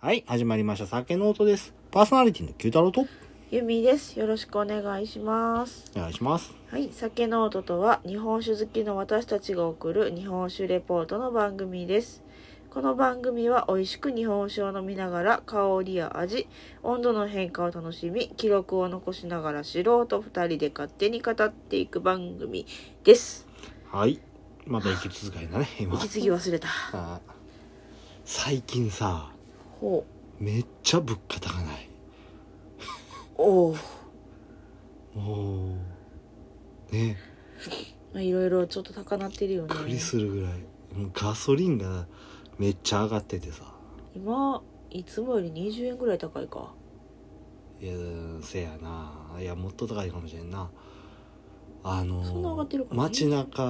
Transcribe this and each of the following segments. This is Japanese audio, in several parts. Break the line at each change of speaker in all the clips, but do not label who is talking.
はい、始まりました。酒の音です。パーソナリティの九太郎と、
ゆみです。よろしくお願いします。
お願いします。
はい、酒ノートとは日本酒好きの私たちが送る日本酒レポートの番組です。この番組は美味しく日本酒を飲みながら香りや味、温度の変化を楽しみ、記録を残しながら素人二人で勝手に語っていく番組です。
はい。また息続かへんだね、今。
息継ぎ忘れた。
あー最近さ、
ほ
めっちゃ物価高ない。
う。おう
もう、ね、
まあいろいろちょっと高なってるよ
びっく
ね
り。するぐらい。もうガソリンがめっちゃ上がっててさ。
今、いつもより20円ぐらい高いか。
いや、せやな。いや、もっと高いかもしれんな。あの
そんな上がってるかね
街中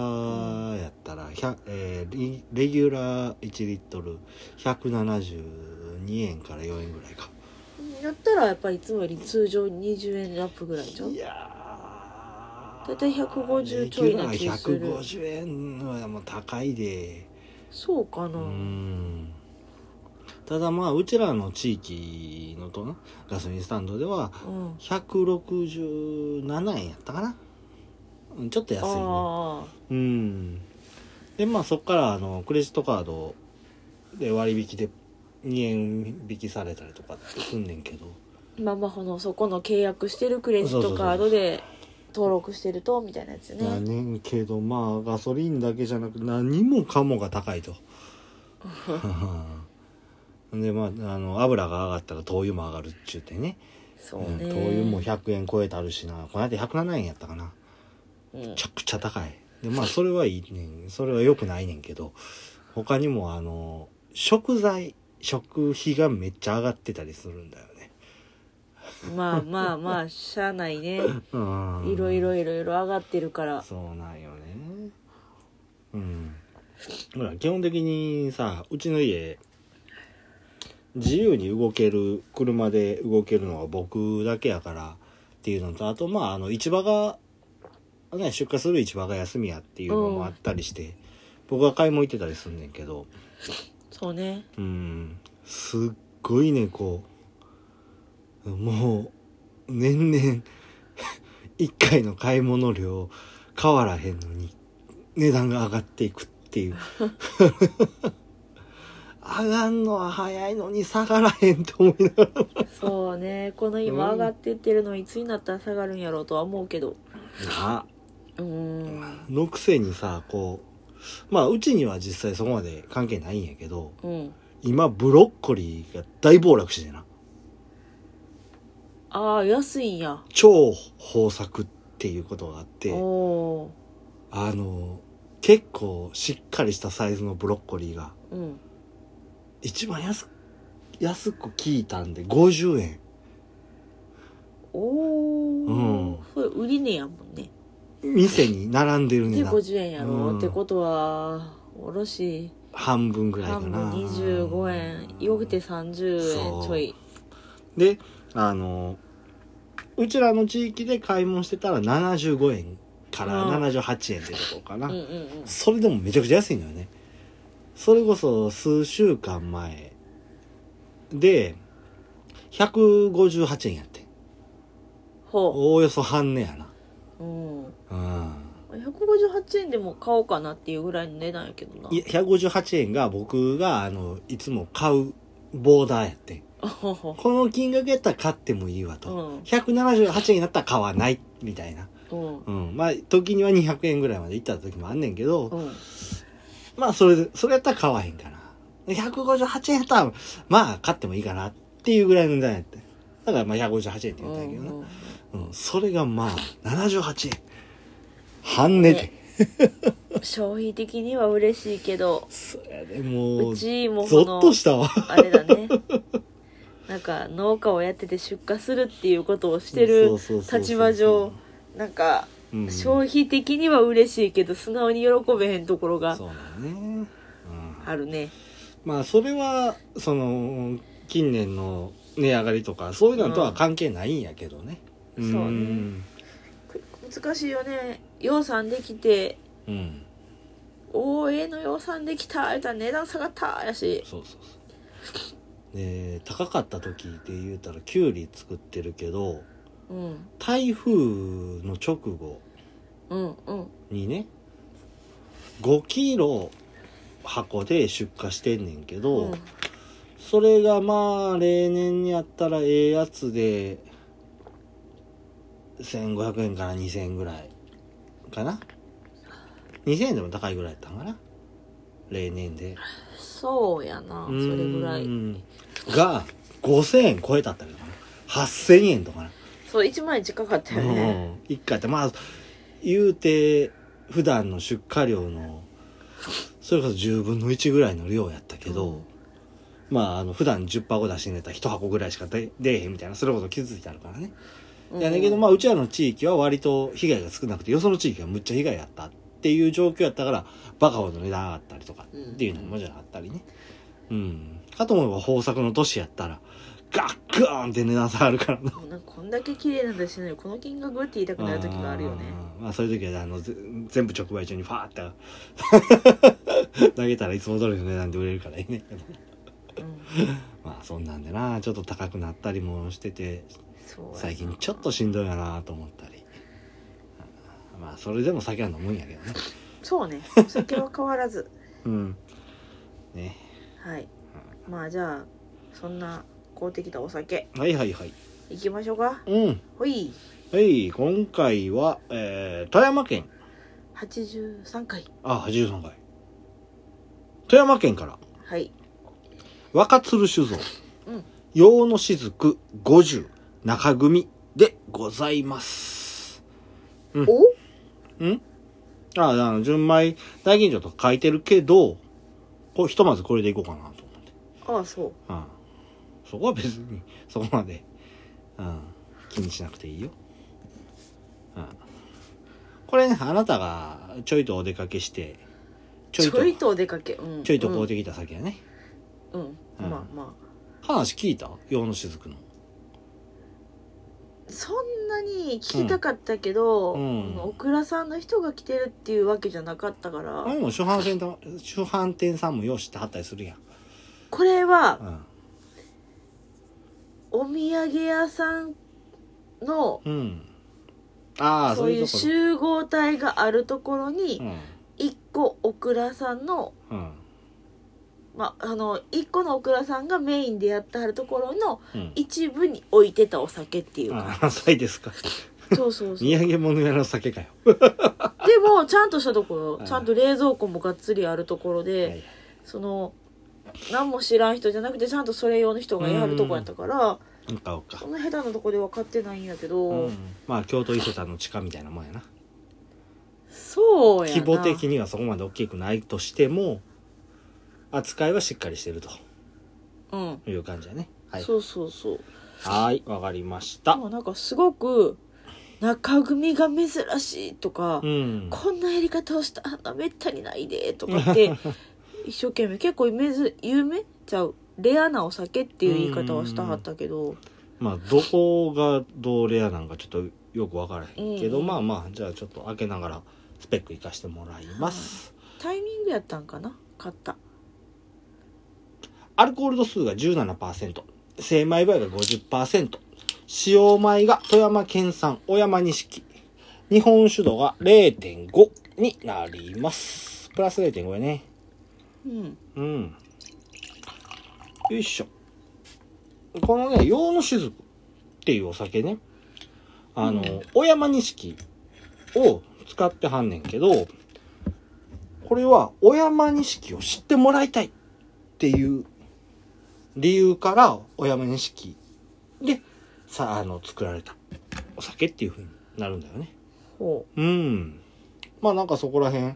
やったら、ひゃえーリレギュラー1リットル172円から4円ぐらいか
やったらやっぱりいつもより通常20円アップぐらいじゃん
いやー
だいたい150ちょいな
レ
気
ギュラ
がする
ー150円はもう高いで
そうか
う
な、
んただまあうちらの地域のとなガソリンスタンドでは
うん、
167円やったかなうんちょっと安いね
ああ
うんでまあそっからあのクレジットカードで割引で2円引きされたりとかってすんねんけど
まあまあこのそこの契約してるクレジットカードで登録してるとみたいなやつね
やねんけどまあガソリンだけじゃなく何もかもが高い とでまああの油が上がったら灯油も上がるっちゅうてね
そう
うん
ね
灯油も100円超えたるしなこの間107円やったかな
うん
めちゃくちゃ高いで まあそれはいいねんそれは良くないねんけど他にもあの食材食費がめっちゃ上がってたりするんだよね
まあまあまあしゃあない ね
うん
いろいろいろいろ上がってるから
そうなんよねうんほら基本的にさうちの家自由に動ける車で動けるのは僕だけやからっていうのとあとまああの市場が、ね、出荷する市場が休みやっていうのもあったりして、僕が買い物行ってたりすんねんけど
そうね
うんすっごいねこうもう年々 一回の買い物量変わらへんのに値段が上がっていくっていう 上がんのは早いのに下がらへんと思いながら
そうねこの今上がってってるのいつになったら下がるんやろうとは思うけど
な
うーん
のくせにさこうまあうちには実際そこまで関係ないんやけど
うん
今ブロッコリーが大暴落してな
ああ安いんや
超豊作っていうことがあって
おお
あの、結構しっかりしたサイズのブロッコリーが、
ーうん
一番安く、安く聞いたんで50円。
おお、
うん
それ売り値やもんね
店に並んでる値
で
段。
50円やろ、
うん
ってことはおろし
半分ぐらいか
半
な。
分25円よくて30円ちょい
で、あの、うちらの地域で買い物してたら75円から
うん
78円ってとこか
う
な。
んうんうん
それでもめちゃくちゃ安いのよね。それこそ数週間前で、158円やってん。
ほ
おおよそ半値やな。
う、うん、
うん。
158円でも買おうかなっていうぐらいの値段やけどない
や158円 が僕が、あの、いつも買うボーダーやってん。
う
この金額やったら買ってもいいわと。
うん
178円になったら買わない、みたいな。
ん
うん。まあ、時には200円ぐらいまで行った時もあんねんけど、
うん
まあ、それで、それやったら買わへんかな。158円やったら、まあ、買ってもいいかなっていうぐらいの値段やってん。だから、まあ、158円って言ったんやけどな。
うん
うん。それがまあ、78円。半値で。
消費的には嬉しいけど
そやで、もう、ゾ
うちもこ
ッ
の
としたわ。
あれだねなんか農家をやってて出荷するっていうことをして
そ
る
うそうそうそう
立場上なんか
うん
消費的には嬉しいけど素直に喜べへんところが
そうだね、うん、
あるね
まあそれはその近年の値上がりとかそういうのとは関係ないんやけどね、
うん
ん
そうね難しいよね養蚕できて
うん
「おおええの養蚕できた」言うたら値段下がったやし
そうそうそうで高かった時で言うたらきゅうり作ってるけど
うん
台風の直後
うんうん
にね5キロ箱で出荷してんねんけど、
うん
それがまあ例年にやったらええやつで1500円から2000円ぐらいかな2000円でも高いぐらいやったんかな例年で
そうやなそれぐら
う
い
んが5000円超えたったりとかな8000円とかな
そう1万円近かったよね
うん、一回ってまあ言うて普段の出荷量のそれこそ10分の1ぐらいの量やったけど、
うん
まああの普段10箱出してんのやったら1箱ぐらいしか出出えへんみたいなそれこそ傷ついてあるからね、
うん
やねんけどまあうちらの地域は割と被害が少なくてよその地域はむっちゃ被害やったっていう状況やったからバカほど値段上がったりとかっていうのもじゃあったりねうんかと思えば豊作の年やったらガックーンって値段下がるからな
もうなんかこんだけ綺麗なんだしねこの金額って言いたくなる時があるよね
あーまあそういう時はあのぜ全部直売所にファーって 投げたらいつも通りの値段で売れるからいいね
うん
まあそんなんでなちょっと高くなったりもしてて
そうや
最近ちょっとしんどいかなと思ったりあーまあそれでも酒は飲むんやけどね
そ うねお酒は変わらず
うんね
はいまあじゃあそんな買うてきたお酒
はいはいはい
行きましょうか
うん
ほい
はい今回は、えー、富山県
83回
あ83回富山県から
はい
若鶴酒造、
うん
用の雫50中組でございます。
お
んああ、の、純米大吟醸とか書いてるけど、こうひとまずこれでいこうかなと思って。
ああそう
うん。そこは別に、 そこまで、うん、気にしなくていいよ。うん。これね、あなたがちょいとお出かけして、ちょい
ち
と、
ょいとお出かけうん
ちょいとこうてきた先やね。
うんうん
うん
まあまあ
話聞いた用の雫の。
そんなに聞きたかったけど、
うん
オクラさんの人が来てるっていうわけじゃなかったから、
あれも主販店と主販店さんも用意してはったりするやん。
これは
うん。
お土産屋さんの
うん。ああ、そ
そうう
い
いうう
ところ。
集合体があるところに
うん。
1個オクラさんの,、
うん。
まあ、あの1個のオクラさんがメインでやってはるところの
うん。
一部に置いてたお酒っていうか、
ああ、そうですか。
そうそうそう
土産物屋の酒かよ。
でもちゃんとしたとこ
う
ろ
ん
ちゃんと冷蔵庫もがっつりあるところで、
はい
その何も知らん人じゃなくてちゃんとそれ用の人がやるとこやったから
うん買おうか
そ。んな下手なとこで分かってないんやけど、
うん。まあ、京都伊勢丹の地下みたいなもんやな。
そうやな
規模的にはそこまで大きくないとしても、扱いはしっかりしてると
うん、
いう感じやね。はい。
そうそうそう
はーい、わかりまし
で
た。
もなんかすごく中組が珍しいとか、
うん。
こんなやり方をしたあめったにないでとかって 一生懸命結構めず有名ちゃうレアなお酒っていう言い方はしたはったけど
まあ、どこがどうレアなんかちょっとよくわからへんけど、
うん
まあまあ、じゃあちょっと開けながらスペック活かしてもらいます。
タイミングやったんかな買った
アルコール度数が17%、精米部合が50%、使用米が富山県産小山錦、日本酒度が0.5になります。プラス0.5やね。
うん
うん。よいしょ。このね、洋の雫っていうお酒ね。あの、小山錦を使ってはんねんけど、これは小山錦を知ってもらいたいっていう理由から小山錦で、さ、あの、作られたお酒っていう風になるんだよね。
ほ
うん。まあなんかそこら辺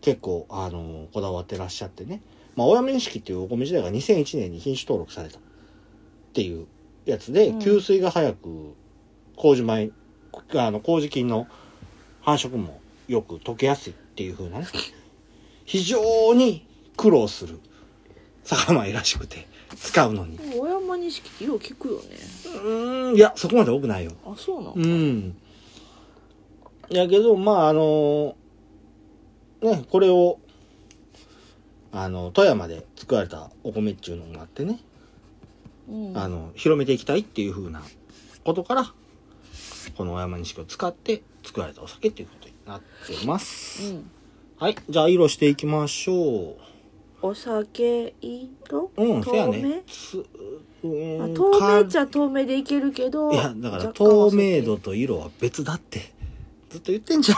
結構、あのこだわってらっしゃってね。まあ、親面式っていうお米自体が2001年に品種登録されたっていうやつで、
うん
吸水が早く、麹米、あの、麹菌の繁殖もよく溶けやすいっていう風なね。非常に苦労する酒米らしくて、使うのに
う。でも小山錦ってよう聞くよね
うーん、いや、そこまで多くないよ。
あそうなの
うん。やけど、まあ、あのね、これを、あの、富山で作られたお米っていうのもあってね。
うん
あの広めていきたいっていう風なことからこの小山錦を使って作られたお酒っていうことになってま
う
す、
ん
はいじゃあ色していきましょ
お酒色
ううん
透
せやね
明
つうー
あ
ん
透明っち
か
ゃ透明でいけるけど
いやだから
若干は
透明度と色は別だってずっと言ってん じ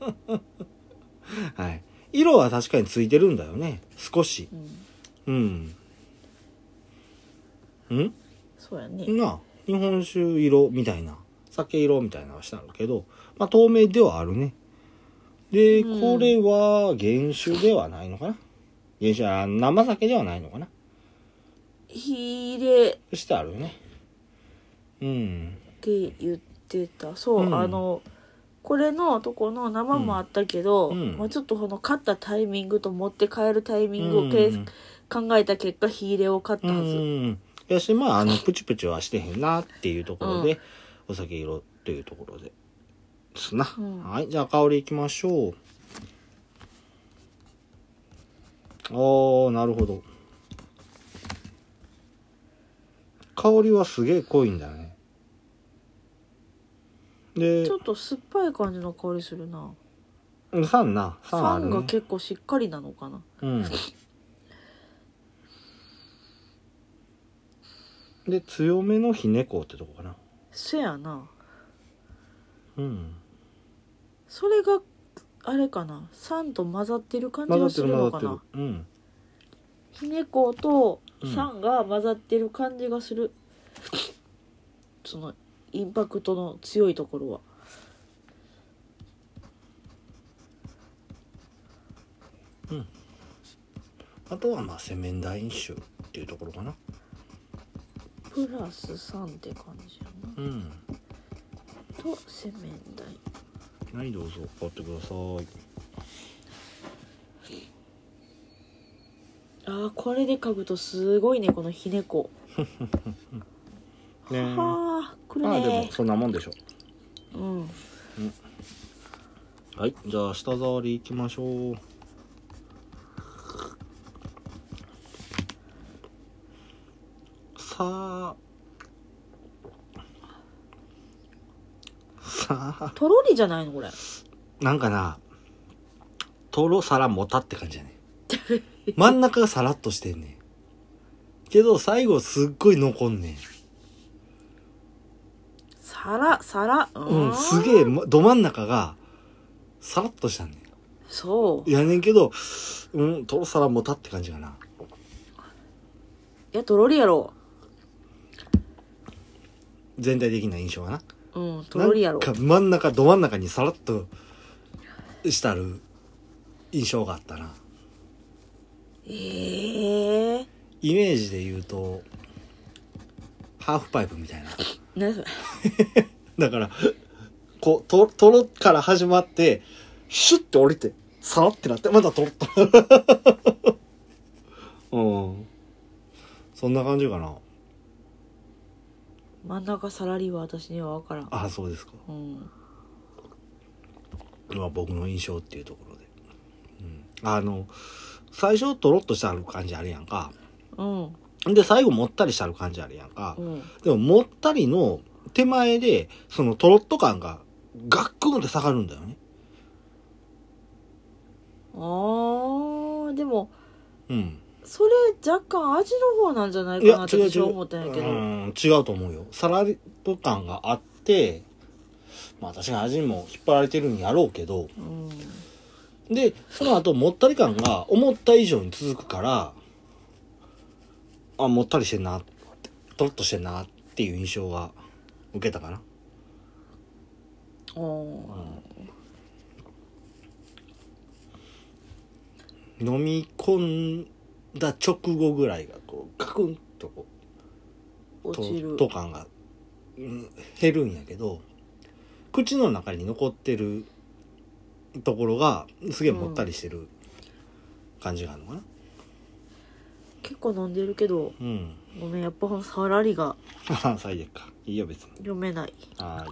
ゃんはい色は確かについてるんだよね少し
うん
うんうん
そうやね
な日本酒色みたいな酒色みたいなのはしてあるけど、まあ、透明ではあるねで、
うん
これは原酒ではないのかな原酒は生酒ではないのかな
ヒレ
してあるよねうん
って言ってたそう、
うん
あのこれのとこの生もあったけど、
うん
まあ、ちょっとこの買ったタイミングと持って帰るタイミングをけ、
うん
考えた結果ヒーレを買った
う
はず、
んやしまああのプチプチはしてへんなっていうところで、お酒色というところでですな、
うん
はいじゃあ香りいきましょうおーなるほど香りはすげえ濃いんだねで
ちょっと酸っぱい感じの香りするな
酸な酸ある、
酸
ね、
が結構しっかりなのかな
うんで強めのひねこってとこかな
せやな
うん
それがあれかな酸と混ざってる感じ
混ざ
が
って
す
る
る
混ざ
の
っ
か
て
な
るうん
ひねこと
うん
酸が混ざってる感じがする、そのインパクトの強いところは
あとはまあ洗面台飲酒っていうところかな
プラス3って感じやな
うん
と洗面台
はいどうぞ買ってください
あーこれで嗅ぐとすごいねこのひねこ
ねえ
はあくる
まあでも
ね
そんなもんでしょ
うん
はいじゃあ舌触りいきましょうさあさあ
とろりじゃないのこれ
なんかな、とろさらもたって感じだね。 真ん中がさらっとしてんねん。けど最後すっごい残んね。
皿皿うん
うん、すげえ、まど真ん中が、さらっとしたんね
そう
いやねんけど、うん、とろさらもたって感じかな。
いやとろりやろ
全体的な印象はな。
うんとろりやろ
なんか真ん中、ど真ん中にさらっとしたる印象があったな。
ええー、
イメージで言うと、ハーフパイプみたいな。
何それ
だから、こう、と、とろから始まって、シュッて降りて、さらってなって、またとろっと。 うん。そんな感じかな。
真ん中サラリーは私には分からん
あ、そうですか。
うん
まあ僕の印象っていうところで。うん。あの、最初とろっとしてある感じあるやんか。
うん
で、最後もったりしてある感じあるやんか
う。ん
でも、もったりの手前で、そのとろっと感が、ガックンって下がるんだよね。
あーでも
うん。
それ若干味の方なんじゃない
い
かな
や
っ、て
違う違
私
う。
は思ったんやけど
うん、違うと思うよ。サラリと感があって、まあ確かに味にも引っ張られてるんやろうけど、
うん
で、その後、もったり感が思った以上に続くから、あ、もったりしてんな、とろっとしてんなっていう印象が受けたかな。
お
飲み込んだ直後ぐらいが、こう、ガクンとこう、
ー落ちる
と感が、うん減るんやけど口の中に残ってるところがすげえもったりしてる感じがあるのかな
結構飲んでるけど
うん
ごめんやっぱほんサラリが
ああ最悪かいいよ別に
読めない
は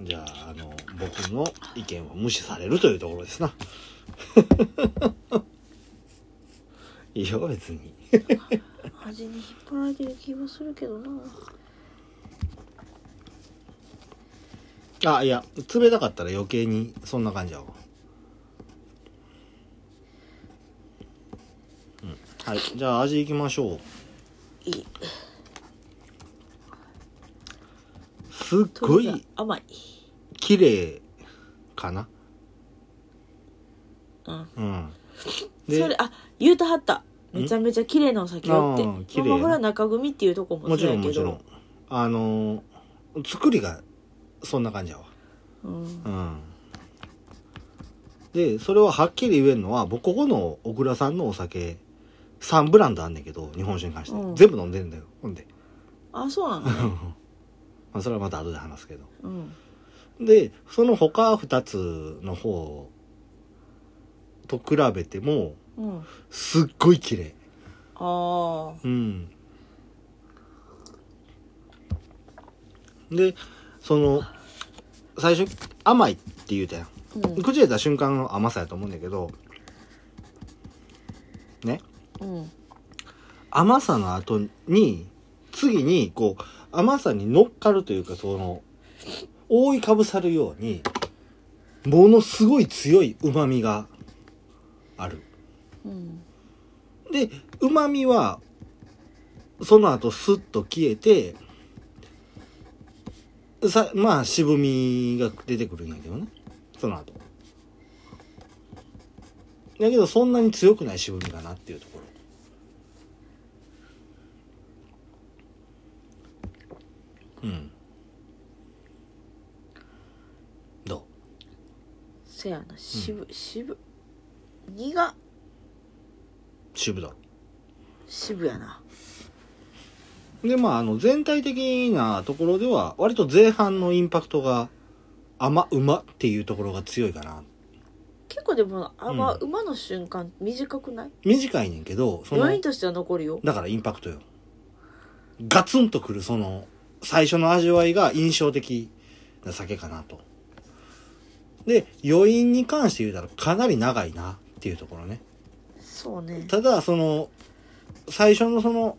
ーいじゃああの僕の意見は無視されるというところですな いや別に
味に引っ張られてる気もするけどな
あいや冷たかったら余計にそんな感じやわうんはいじゃあ味いきましょう
いい
すっご
とり
い
あえず甘い
綺麗かな
うん
うん
それあ言うたはっためちゃめちゃ綺麗なお酒をって
あー綺麗
まあ、ほら中組っていうとこも
もち
そう
ろん
や
も
け
ちろん
ど
あのー作りがそんな感じやわ
うん
うんでそれははっきり言えるのは僕ここの小倉さんのお酒3ブランドあんねんけど日本酒に関して、
うん
全部飲んでんだよほんで、
あそうなのね
まあ、それはまた後で話すけど
うん
でその他2つの方と比べても
うん
すっごい綺麗
あ
うん。で、その、最初、甘いって言うたやん。
あうん
口入れた瞬間の甘さやと思うんだけど、ね。
うん
甘さの後に、次に、こう、甘さに乗っかるというか、その、覆いかぶさるように、ものすごい強い旨味がある。
うん
で、旨味は、その後スッと消えて、さ、まあ渋みが出てくるんやけどね。その後。だけどそんなに強くない渋みかなっていうところ。うん。ど
せやな渋渋苦
う渋だろ。
渋やな
でまああの全体的なところでは割と前半のインパクトが甘うまっていうところが強いかな
結構でもあんま
う
馬の瞬間短くない
短いねんけどその
余韻としては残るよ
だからインパクトよガツンとくるその最初の味わいが印象的な酒かなとで余韻に関して言うたらかなり長いなっていうところね
そうね
ただその最初のその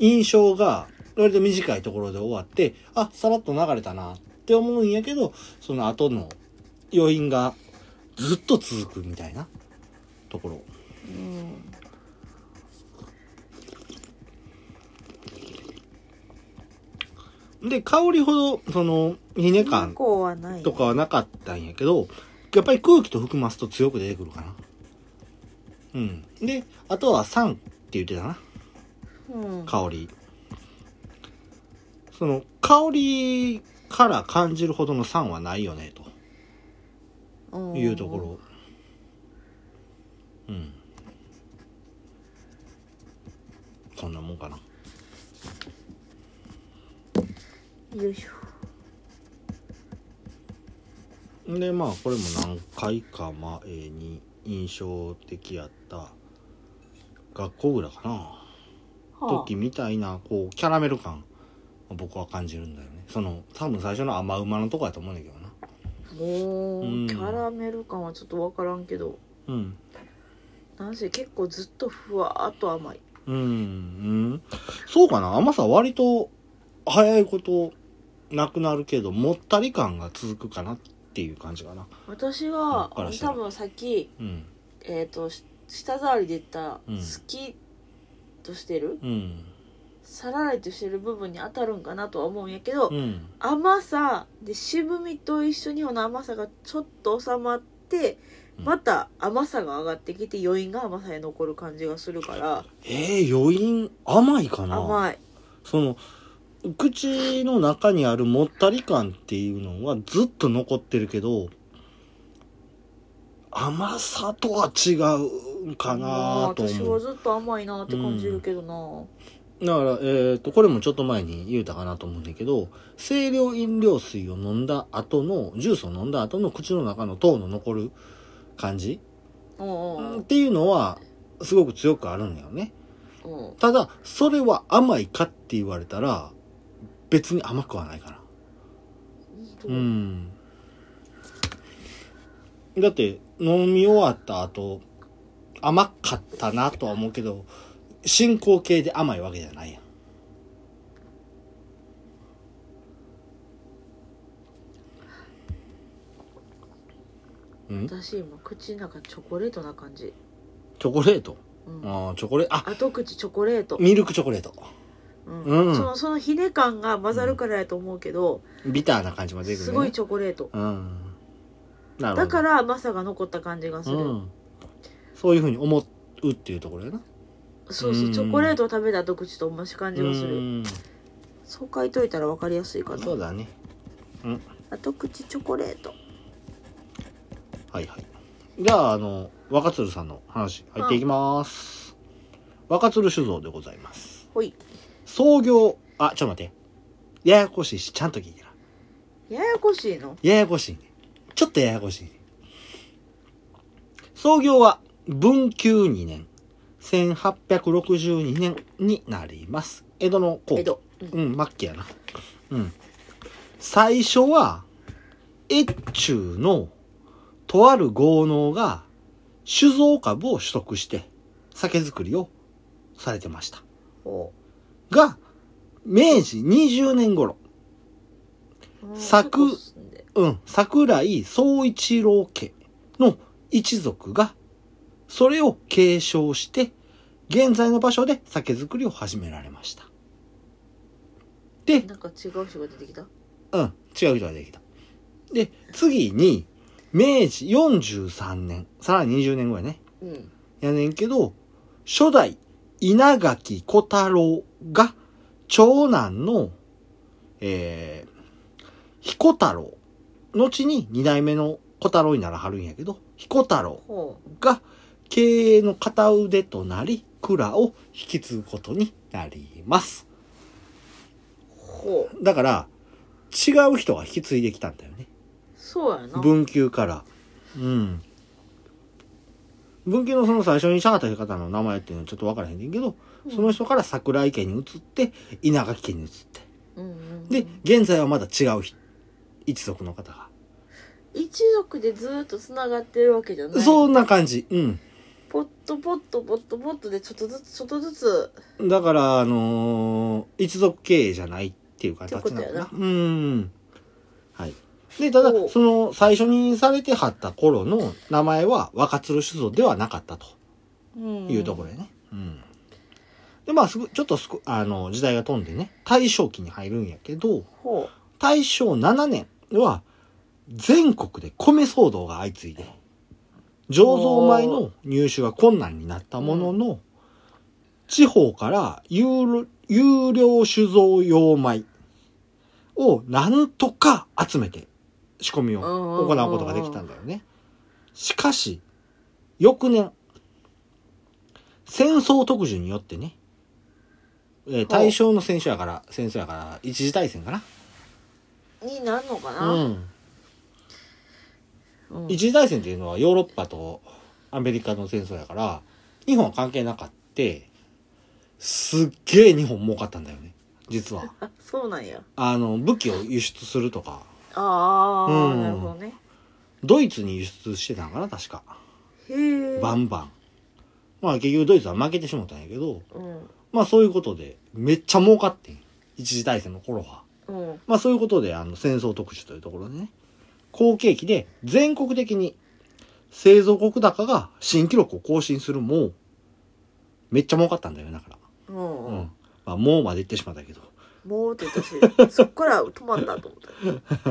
印象が割と短いところで終わってあさらっと流れたなって思うんやけどその後の余韻がずっと続くみたいなところ
うん
で香りほどそのひね
過
感
去はない
とかはなかったんやけどやっぱり空気と含ますと強く出てくるかなうんであとは酸って言ってたな
うん
香りその香りから感じるほどの酸はないよねというところうんこんなもんかな
ろよいしょ
でまあこれも何回か前に印象的やった学校ぐらいかな
は
時みたいなこうキャラメル感を僕は感じるんだよねその多分最初の甘うまのとこやと思うんだけどな
あ、もう
うん
キャラメル感はちょっと分からんけど
うん
なんせ結構ずっとふわーっと甘い
うん、うん、そうかな甘さ割と早いことなくなるけどもったり感が続くかなっていう感じかな
私が
こっからしたら
多分さっき
うん
えっ、とし舌触りで言った、
うん
好きとしてる
うん
さらりとしてる部分に当たるんかなとは思うんやけど、
うん
甘さで渋みと一緒にこの甘さがちょっと収まって
うん
また甘さが上がってきて余韻が甘さに残る感じがするから
えー、余韻甘いかな
甘い
その口の中にあるもったり感っていうのはずっと残ってるけど甘さとは違うんかなと
私
思
は
う
ずっと甘いなって感じるけどな
だから、えー、とこれもちょっと前に言うたかなと思うんだけど清涼飲料水を飲んだ後のジュースを飲んだ後の口の中の糖の残る感じ
うんうん
っていうのはすごく強くあるんだよね
うん
ただそれは甘いかって言われたら別に甘くはないかなうん。だって、飲み終わった後、甘かったなとは思うけど進行形で甘いわけじゃないやん
私今口の中チョコレートな感じ
チョコレート、
うん
ああチョコレートあ
後口チョコレート、
ミルクチョコレート
うん
うん
そのそのひね感が混ざるからやと思うけど、
ビターな感じも出てくる、ね、
すごいチョコレート
うんなるほど
だからマサが残った感じがする、
うん、そういうふうに思うっていうところやな
そうそう
うん
チョコレートを食べた後口と同じ感じがする、
うん
そう書いといたら分かりやすいかな
そうだねうん
後口チョコレート
はいはいじゃああの若鶴さんの話入っていきます、若鶴酒造でございます
ほい
創業あちょっと待ってややこしいしちゃんと聞いてな
ややこしいの
ややこしいねちょっとややこしいね創業は文久2年1862年になります江戸の後期
江戸、うん
うん、末期やな。うん。最初は、越中の、とある豪農が、酒造株を取得して、酒造りをされてました。
ほ
が、明治20年頃、作
ううんちょっと進んで
うん、桜井総一郎家の一族が、それを継承して、現在の場所で酒造りを始められました。で、
なんか違う人が出てきた
うん、違う人ができた。で、次に、明治43年、さらに20年後やね。
うん
やねんけど、初代稲垣小太郎が、長男の、えー、彦太郎。後に二代目の小太郎にならはるんやけど、彦太郎
ほ
が経営の片腕となり、蔵を引き継ぐことになります。
うほう
だから、違う人が引き継いできたんだよね。
そうやな
文久から。うん。文久のその最初にしゃがった方の名前っていうのはちょっとわからへんねんけど、
うん
その人から桜井家に移って、稲垣家に移って。
うんうんうん
で、現在はまだ違うひ一族の方が。
一族でずっとつながってるわけじゃない
そんな感じ。うん。
ポットポットポットポットでちょっとずつちょっとずつ
だから、あのー一族経営じゃないっていう形なの
っ
か
て
な。
こ
うん。はい。で、ただ
お、う
その、最初にされてはった頃の名前は若鶴酒造ではなかったと。いうところでね。うん。で、まあ、すぐ、ちょっとすく、あの、時代が飛んでね、大正期に入るんやけど、
ほ
大正7年は、全国で米騒動が相次いで、醸造米の入手が困難になったものの、地方から有料有料酒造用米をなんとか集めて仕込みを行うことができたんだよね。しかし、翌年、戦争特需によってね、えー大正の戦争やから、戦争やから、一次大戦かな。
うになるのか
う
な、
ん、
うん
一次大戦っていうのはヨーロッパとアメリカの戦争やから日本は関係なかってすっげえ日本儲かったんだよね実は
あそうなんや
あの武器を輸出するとか
ああ、
うん
なるほどね
ドイツに輸出してたんかな確か
へえ
バンバンまあ結局ドイツは負けてしもたんやけど
うん
まあそういうことでめっちゃ儲かってん一次大戦の頃は
うん
まあそういうことで、あの、戦争特集というところでね、好景気で全国的に製造国高が新記録を更新するもう、めっちゃ儲かったんだよ、だから。
うん
う
うんん。
まあ、もうまで言ってしまったけど。
もうって言 ったしそっから止まったと思った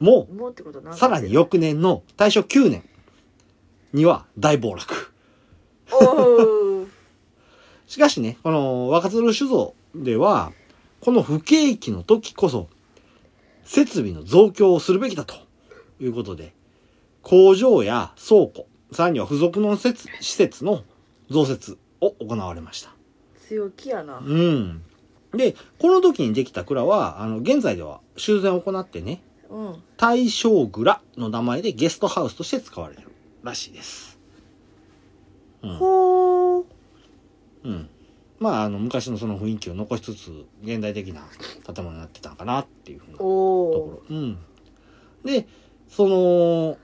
も
もうってことは
う、
何
さらに翌年の大正9年には大暴落。
おお
しかしね、この若鶴酒造では、この不景気の時こそ、設備の増強をするべきだということで、工場や倉庫、さらには付属の施設施設の増設を行われました。
強気やな
うん。で、この時にできた蔵は、あの、現在では修繕を行ってね、
うん
大正蔵の名前でゲストハウスとして使われるらしいです。うん
ほう
うん。まあ、あの、昔のその雰囲気を残しつつ、現代的な建物になってたんかなっていうふうな
お
とこ
お
ろ。うん。で、その、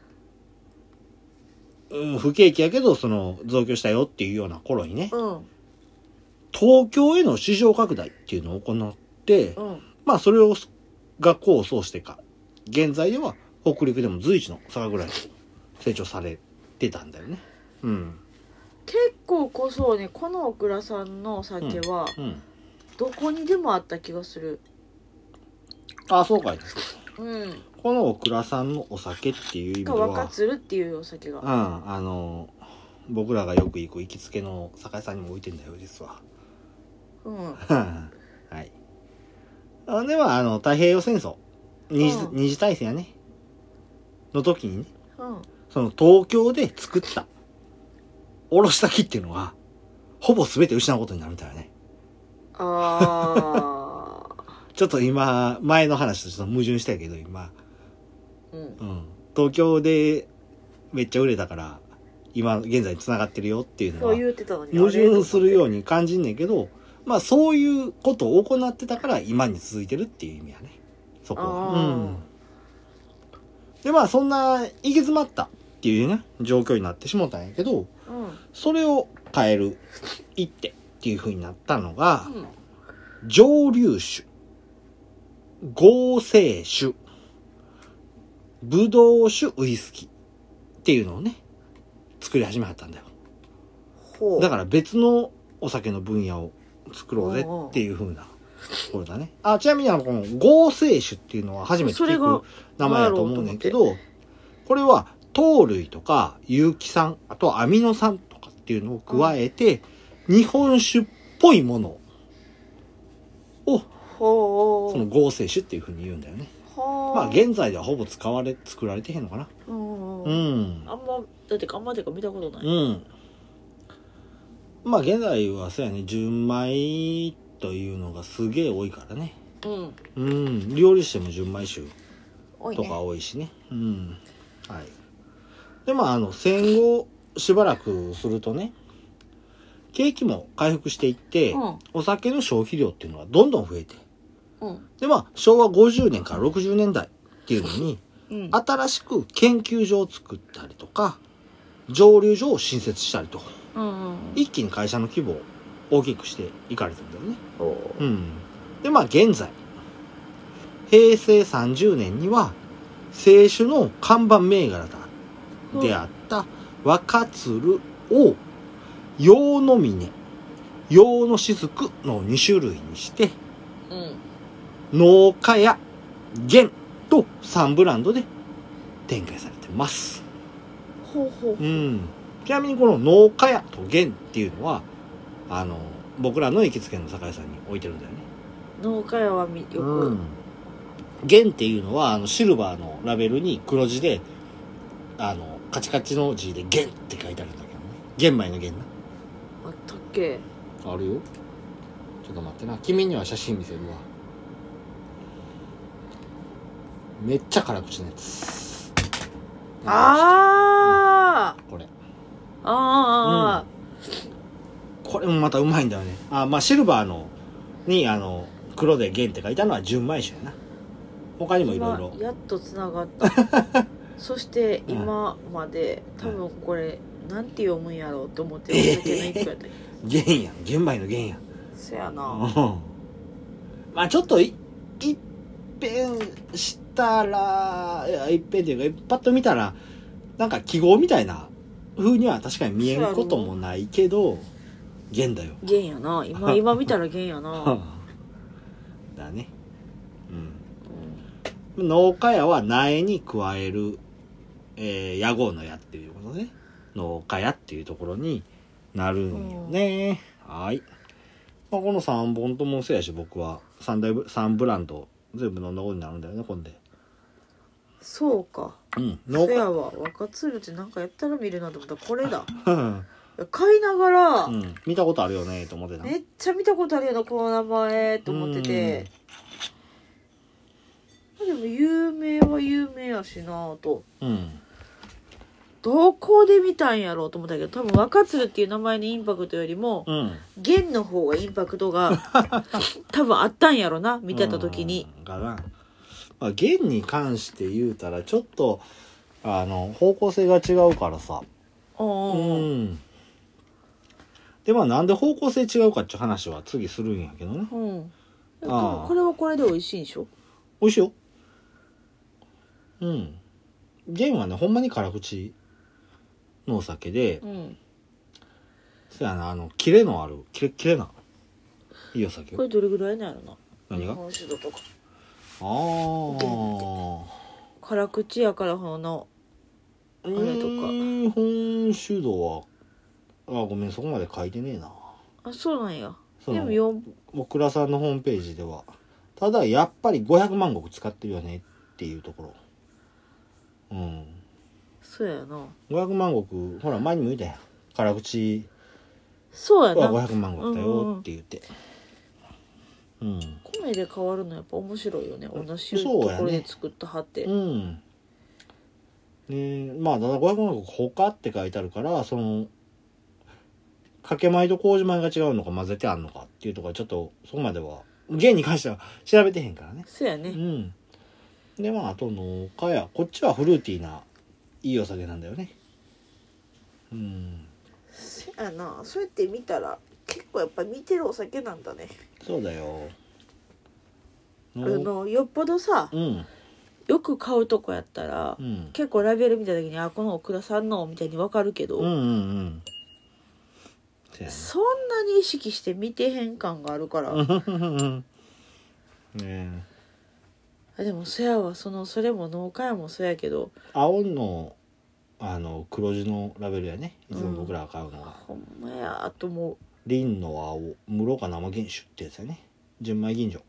うん不景気やけど、その、増強したよっていうような頃にね、
うん
東京への市場拡大っていうのを行って、
うん
まあ、それを、が功を奏してか、現在では北陸でも随一の差ぐらい成長されてたんだよね。うん。
結構こそねこのオクラさんのお酒は
うん。
どこにでもあった気がする
あ、そうかい。
うん
このオクラさんのお酒っていう意味で
が
は、
若鶴っていうお酒
うん、
が
あの、僕らがよく行く行きつけの酒屋さんにも置いてんだよ、実は。
うん
はい。あでは、あの、太平洋戦争、二次,、
うん
二次大戦やね、の時にね、
うん
その東京で作った、おろした木っていうのが、ほぼ全て失うことになるみたいなね。
ああ
ちょっと今、前の話とちょっと矛盾したけど、今、
うん
うん。東京でめっちゃ売れたから、今、現在に繋がってるよっていうの
そう
は、
言ってたのに
矛盾するよう
に
に感じんねんけど、まあそういうことを行ってたから今に続いてるっていう意味やね。そこは。
あー
うん。でまあそんな行き詰まったっていうね、状況になってしもたんやけど、
うんうん
それを変える一手っていう風になったのが、蒸留酒、合成酒、ブドウ酒ウイスキーっていうのをね、作り始めはったんだよ。
ほう
だから別のお酒の分野を作ろうぜっていう風なところだね。あ、ちなみにあの、この合成酒っていうのは初めて
それ
聞
が
く名前だと思うねんけど、これは糖類とか有機酸、あとはアミノ酸とかっていうのを加えて、日本酒っぽいものを、
ほ
そ
う
の合成酒っていう風に言うんだよね。
ほう
まあ現在ではほぼ使われ、作られてへんのかな。
うん
う
うん
ん。
あんまだってかあんまてか見たことない
うん。まあ現在はそうやね、純米というのがすげえ多いからね。
うん
うん。料理しても純米酒
多い
と
ね
か多いしね。うん。はい。で、まああの、戦後しばらくするとね、景気も回復していって、
うん
お酒の消費量っていうのはどんどん増えて。
うん
で、まあ昭和50年から60年代っていうのに、
うん
新しく研究所を作ったりとか、蒸留所を新設したりと。
うんうん
一気に会社の規模を大きくしていかれたんだよね。
ほう
うん。で、まあ現在、平成30年には、清酒の看板銘柄だ、
うん
であった若鶴を、洋の峰、洋の雫の2種類にして、
うん
農家や源と3ブランドで展開されてます。
ほうほう
うん。ちなみにこの農家屋と源っていうのは、あの、僕らの行きつけの酒屋さんに置いてるんだよね。
農家屋はみよく、
うん。源っていうのは、あの、シルバーのラベルに黒字で、あの、カチカチの字で源って書いてあるんだけどね。玄米の源
あったっけ
な。あるよ。ちょっと待ってな。君には写真見せるわ。めっちゃ辛口のやつ。
あー
これ。
ああ
これもまたうまいんだよねあまあシルバーのにあの黒で弦って書いたのは純米酒やな他にもいろいろ
今やっとつながったそして今まで多分これなんて読むんやろうと思ってお酒の一個やった
弦やん玄米の弦やん
そや
う
なん
まあちょっといいっぺんしたらいやいっぺんっていうかパッと見たらなんか記号みたいな風には確かに見えんこともないけど弦だよ
弦やな今今見たら弦やな、
だねうん
う
農家屋は苗に加える、えー、野号の屋っていうことね。農家屋っていうところになるんよね。はい。まあ、この3本ともそうやし、僕は3大ブ、三ブランド全部飲んだことになるんだよね、今で。
ん、そうか
うん。
そ
農家
やわ若鶴ってなんかやったら見るなと思ったらこれだ
うん。
買いながら、
見たことあるよね、と思ってた。
めっちゃ見たことあるよなこの名前と思っててでも有名は有名やしなと
うん。
どこで見たんやろうと思ったけど多分若鶴っていう名前のインパクトよりも
うん。
弦の方がインパク トが多分あったんやろな見てた時に
うん。かな。まあ、弦に関して言うたら、ちょっと、あの、方向性が違うからさ、う
おー
んでまあなんで方向性違うかっていう話は次するんやけどね
うんで
ああ
もこれはこれで美味しいんでしょ
美味しいようんゲンはねほんまに辛口のお酒で
うん
そやなあのキレのあるキレッキレないいお酒
こ
よ
れどれぐらいなのな
何が
日本酒だとか
ああ
辛口やからほの
あ
れとか
日本酒度はあごめんそこまで書いてねえな
あそうなんや
そう
でもよん
僕らさんのホームページではただやっぱり500万石使ってるよねっていうところうん
そうやな
500万石ほら前にも言うたやん辛口
そうや
は
な
500万石だよって言ってうん
米で変わるのやっぱ面白いよね同じと
そうやね
ころで作ったはって
うんねえまあただ500万石他って書いてあるからそのかけ米と麹米が違うのか混ぜてあんのかっていうとこはちょっとそこまでは芸に関しては調べてへんからね
そうや
う
ね
ん。で、まあ、あと農家や、こっちはフルーティーな、いいお酒なんだよね。うん。
そうやなそうやって見たら結構やっぱ見てるお酒なんだね
そうだよ。
あ
農
のよっぽどさ
うん。
よく買うとこやったら
うん。
結構ラベル見た時にあこの奥田さんのみたいにわかるけど、
うんうんうん。せや
そんなに意識して見てへん感があるから、
ね。 ねえ。
あでもそやわそのそれも農家やもそやけど
青の、あの、黒字のラベルやね。いつも僕らが買うのが。
ほんまやと思う
リンの青、室岡生原酒ってやつやね。純米吟醸。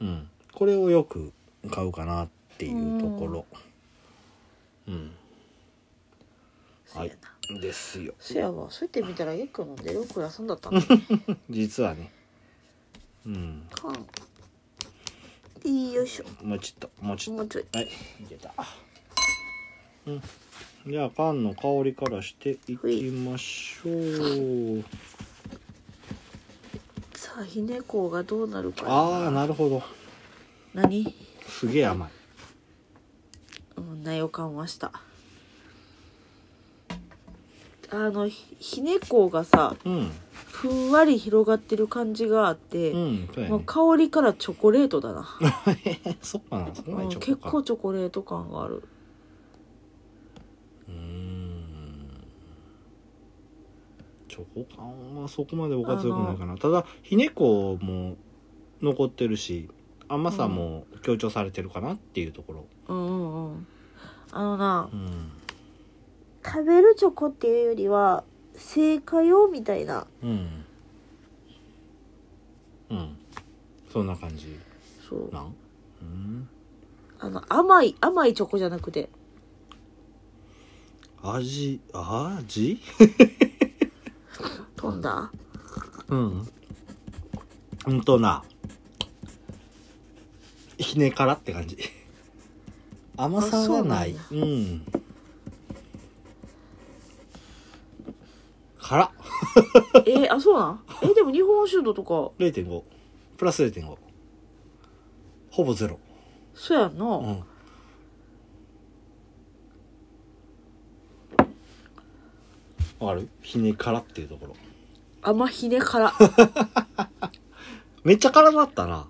うん。これをよく買うかなっていうところ。うん。
そやな、
ですよ。
そやわそうやって見たら結構飲んでる奥田さんだったのね
実はね。うん。
かんいいよいし
もうちょっと、もうち
ょ
ょっ
もうちょい
と。はい。いけた。うん。じゃあ、缶の香りからしていきましょう。
さあひねこうがどうなるか
ああ、なるほど。
何
すげえ甘い。
うんな予感はしたあのひひねこうがさ
うん。
ふんわり広がってる感じがあって、
うん。そうや
もう
ね。
香りからチョコレートだな、
そっかな。そん
う、
なんにチョコ
結
か
構チョコレート感がある
うーんチョコ感はそこまで僕は強くないかなただひねこも残ってるし甘さも強調されてるかなっていうところ
うんうんうんあのな
うん
食べるチョコっていうよりは製菓用みたいな
うんうんそんな感じ
そう
なんうん
あの甘い甘いチョコじゃなくて
味味
飛んだ
うんうんとなひねからって感じ甘さはない
あ
うん辛っ
えー、あそうなんえでも日本酒度とか
0.5プラス0.5ほぼゼロ
そうやんな、
うんわかるひね辛っていうところ
甘ひねから
めっちゃ辛だったな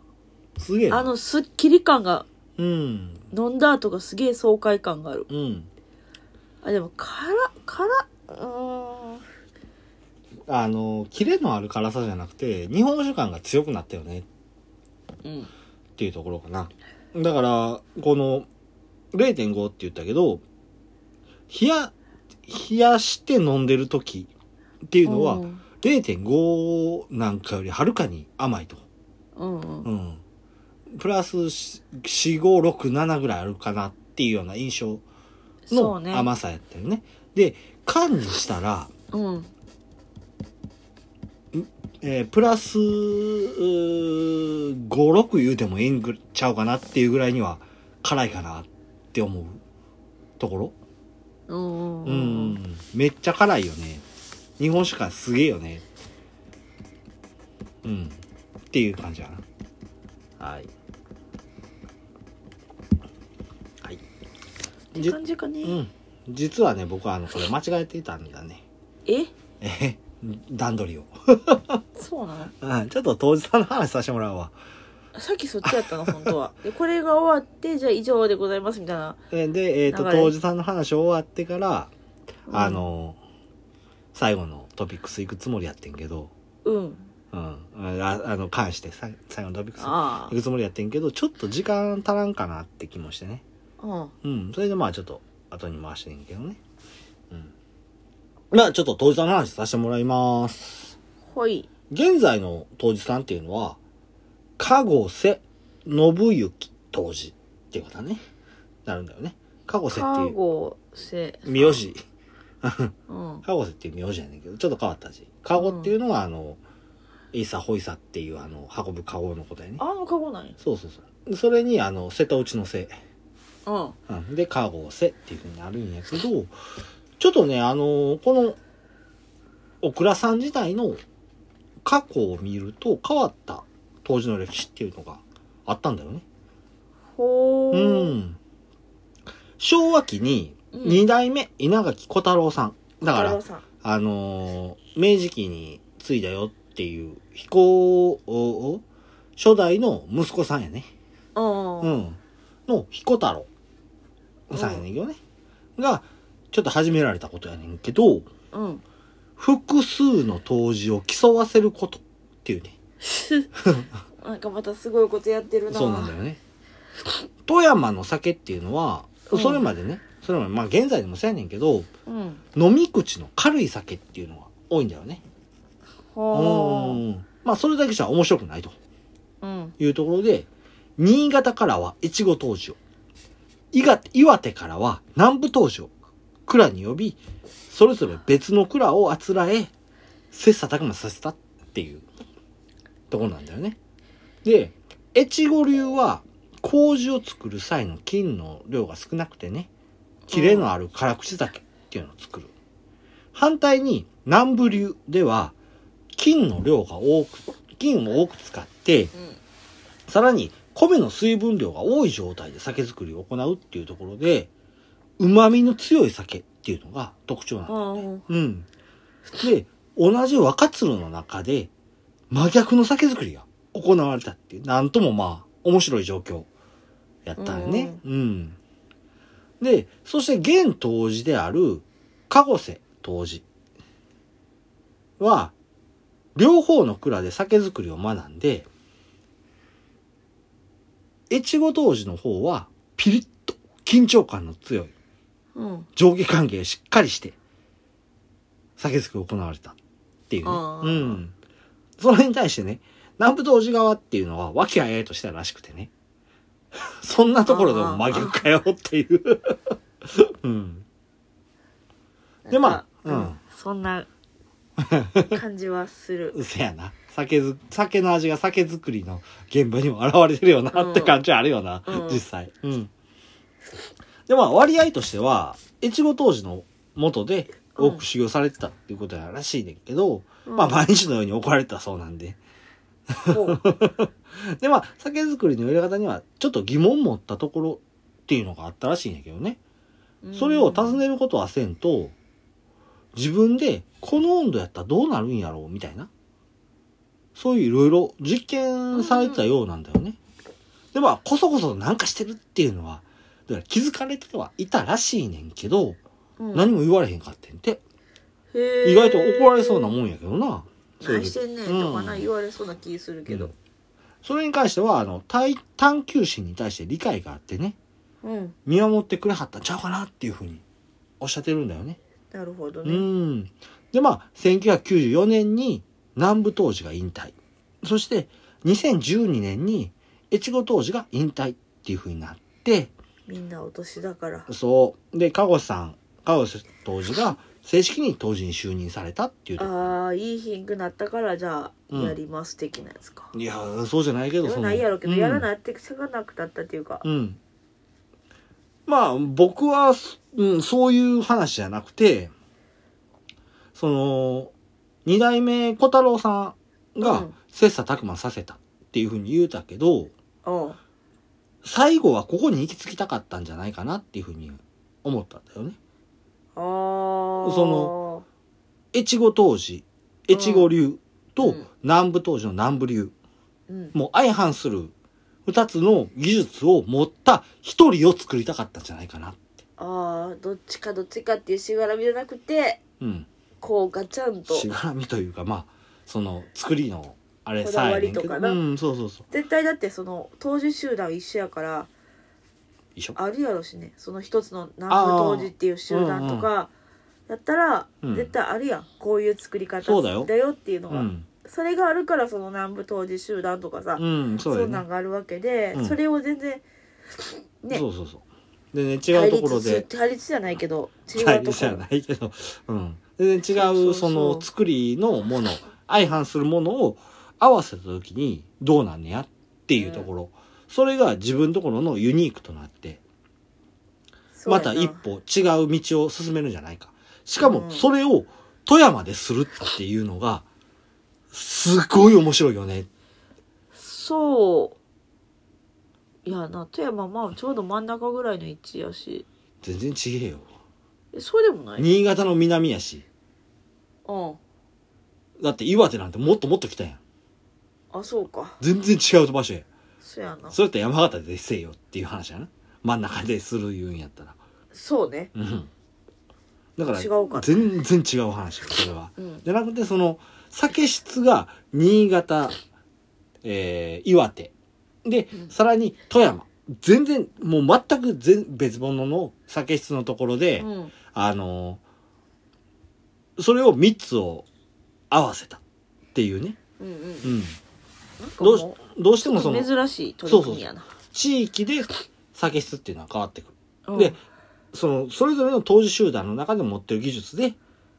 すげえな
あのすっきり感が
うん
飲んだ後がすげえ爽快感がある
うん
あでも辛辛うーん
あの、キレのある辛さじゃなくて、日本酒感が強くなったよね
うん
っていうところかな。だから、この、0.5って言ったけど、冷や、冷やして飲んでる時っていうのは、
うん
0.5なんかよりはるかに甘いと。
うんうん
うん。プラス4、5、6、7ぐらいあるかなっていうような印象
そ
の
うね
甘さやったよね。で、缶にしたら、
うん
えープラス56言うてもええんぐちゃうかなっていうぐらいには辛いかなって思うところ
うんうん
う、
うんん
めっちゃ辛いよね日本酒感すげえよねうんっていう感じかなはいはい
って感じかね、
うん実はね、僕はあの、これ間違えていたんだね。
え
え、段取りを。
そうな
うんちょっと当時さんの話させてもらうわ。
のさっきそっちやったの本当は でこれが終わってじゃあ以上でございますみたいな
えで、えっ、と、
流れ
当時さんの話終わってから、
うん
あの、最後のトピックス行くつもりやってんけど、
うん
うん。ああの、関して、さ最後のトピックス行
あ
くつもりやってんけど、ちょっと時間足らんかなって気もしてね。
あうん
うん。それでまあちょっと、後に回してんけどね。うん。まあちょっと当時さんの話させてもらいます。
ほい
現在の当時さんっていうのは、加護瀬信之当時っていうことだね。なるんだよね。加護瀬って
カ
いう。
ゴせ
名字。
うん
カゴセっていう名字やねんけど、ちょっと変わった字。カゴっていうのは、あの、エイサホイサっていう、あの、運ぶカゴのことやね。
あのカゴなんや
そうそうそう。それに、あの、瀬戸内の瀬。
うん
うん。で、カゴセっていうふうになるんやけど、ちょっとね、あの、この、オクラさん自体の過去を見ると、変わった当時の歴史っていうのがあったんだよね。
ほ
う
ー
ん。昭和期に、
うん
二代目稲垣小太郎さん。だか
太
ら
郎、さん
あのー明治期に継いだよっていう、飛行を、初代の息子さんやね。
うん
う
うん
ん。の彦太郎さんやねんけどね。が、ちょっと始められたことやねんけど、
うん
複数の当時を競わせることっていうね。
なんかまたすごいことやってるな
そうなんだよね。富山の酒っていうのは、
うん
それまでね、それまで、まあ現在でもそうやねんけど、
うん
飲み口の軽い酒っていうのが多いんだよね。
ほー
うんまあそれだけじゃ面白くないと。
うん
というところで、新潟からは越後当時を、岩手岩手からは南部当時を蔵に呼び、それぞれ別の蔵をあつらえ、切磋琢磨させたっていうところなんだよね。で、越後流は麹を作る際の金の量が少なくてね、キレのある辛口酒っていうのを作る。反対に南部流では金の量が多く、金を多く使って、さらに、米の水分量が多い状態で酒造りを行うっていうところで、旨味の強い酒っていうのが特徴なんだよね。
うん
うん。で、同じ若鶴の中で、真逆の酒造りが行われたっていう、なんともまあ、面白い状況やったよね。うん。で、そして現当時である、加護瀬当時は、両方の蔵で酒造りを学んで、越後当時の方は、ピリッと緊張感の強い、
うん
上下関係しっかりして、酒造りが行われたっていうね。
あ
う
ー
ん。それに対してね、南部当時側っていうのは、和気あいあいとしたらしくてね。 そんなところでも真逆かよっていう。 うん。でまあ
なん
う
か
ん
そ んな感じはする
うせやな。酒ず、酒の味が酒造りの現場にも現れてるよなって感じはあるよな、
うん
実際。うん。で、まあ割合としては、越後当時の元で多く修行されてたっていうことやらしいねんけど、
うん
まあ毎日のように怒られてたそうなんで。
ほう
で、まあ酒造りのやり方にはちょっと疑問持ったところっていうのがあったらしいんやけどね。それを尋ねることはせんと、自分でこの温度やったらどうなるんやろうみたいな。そういういろいろ実験されてたようなんだよね。で、まあ、こそこそなんかしてるっていうのは、だから気づかれてはいたらしいねんけど、
うん
何も言われへんかってんて。
へー
意外と怒られそうなもんやけどな。そういう
何してんねんとかな、言われそうな気するけど
それに関しては、あの、対探求心に対して理解があってね、
うん
見守ってくれはったんちゃうかなっていうふうにおっしゃってるんだよね。
なるほど
う
ね
ん。で、まあ、1994年に南部当時が引退。そして、2012年に越後当時が引退っていう風になって、
みんなお年だから
そう。で、加護さん、加護当時が正式に当時に就任されたっていうと。
ああいいヒングなったからじゃあ
うん
やります的なやつか
いやー、そうじゃないけど、
でもないやろうけど
うん
やらなってしゃがなくなったっていうか
うん。まあ、僕は、うん、そういう話じゃなくて、その、二代目小太郎さん
う
が
ん
切磋琢磨させたっていうふうに言うたけど、
おう
最後はここに行き着きたかったんじゃないかなっていうふうに思ったんだよね。
あー
その越後当時越後流
う
と
ん
南部当時の南部流
うん
もう相反する二つの技術を持った一人を作りたかったんじゃないかな。
ああどっちかどっちかっていうしがらみじゃなくて
うん。
こうガチャンと
しがらみというか、まあ、その作りの、あれ
こだ
さ
わ
え
り
ねん
と
けど。
かな
うん、そうそうそう。
絶対だってその当時集団一緒やから
一緒。
あるやろしねその一つの南部当時っていう集団とかやったら
うん
絶対あるやん、こういう作り方
そうだよ
っていうの
う
が、
ん。
それがあるからその南部当時集団とかさ、
うん、
そ
そううだよ
なん
ね。
があるわけで、
うん
それを全然ね
そうそうそう。でね、違
対
うところ
立
で
し、対立じゃないけど違
対
うと
立
こ
じゃ
ろ
ないけど、うん。全然
そ
違
う
う、
そうそ
そ
う
の作りのもの、相反するものを合わせた時にどうなんねやっていうところ。それが自分ところのユニークとなって、
そうや
ま
な
た一歩違う道を進めるんじゃないか。しか
うん
も、それを富山でするっていうのが、すごい面白いよね。
そういやな富山まあちょうど真ん中ぐらいの位置やし
全然違えよ。
えそうでもないうん
新潟の南やし。だって岩手なんてもっともっと来たやん。
あそうか
全然違う場所や。
そうやな
それって山形でせえよっていう話やな。真ん中でする言うんやったら。
そうね
うん。だから、
違うか
全然違う話よ、それは。
うん
じゃなくて、その、酒質が新潟、えー、岩手。で、さらに富山。全然、もう全く全別物の酒質のところで、
うん
あのーそれを3つを合わせたっていうね。
うんうん
うん。
なんかも
ど
う
うしどうしてもその、
珍しい取り組みやな
地域で酒質っていうのは変わってくる。
うん
でそのそれぞれの当時集団の中で持ってる技術で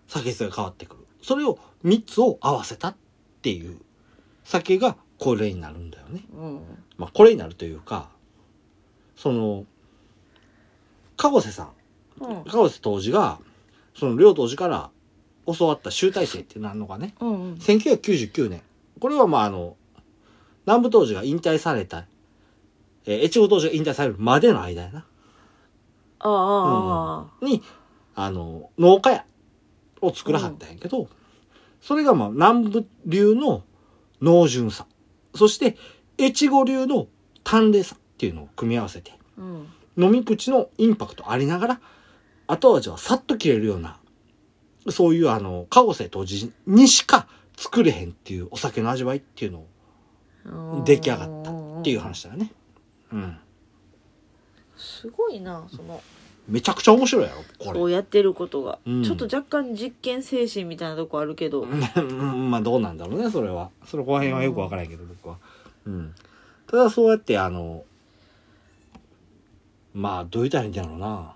酒質が変わってくるそれを3つを合わせたっていう酒がこれになるんだよね、
うん
まあ、これになるというかその籠瀬さん
うん
籠瀬当時がその両当時から教わった集大成ってなるのがね
うんうん
1999年これはまああの南部当時が引退された、えー越後当時が引退されるまでの間やな
ああああ
に、あの、農家屋を作らはったんやけど、それがまあ南部流の濃純さ、そして越後流の淡麗さっていうのを組み合わせて、
うん
飲み口のインパクトありながら、後味はさっと切れるような、そういうあの、かごせ当時にしか作れへんっていうお酒の味わいっていうの
う
を
ん
出来上がったっていう話だよね。うん。
すごいなその
めちゃくちゃ面白いやろ、これ
こ。うやってることが、
うん
ちょっと若干実験精神みたいなとこあるけど、
うんまあどうなんだろうねそれはそれこの辺はよくわからんけど、僕は、うん、ただそうやってあのまあどう言ったらいいんだろうな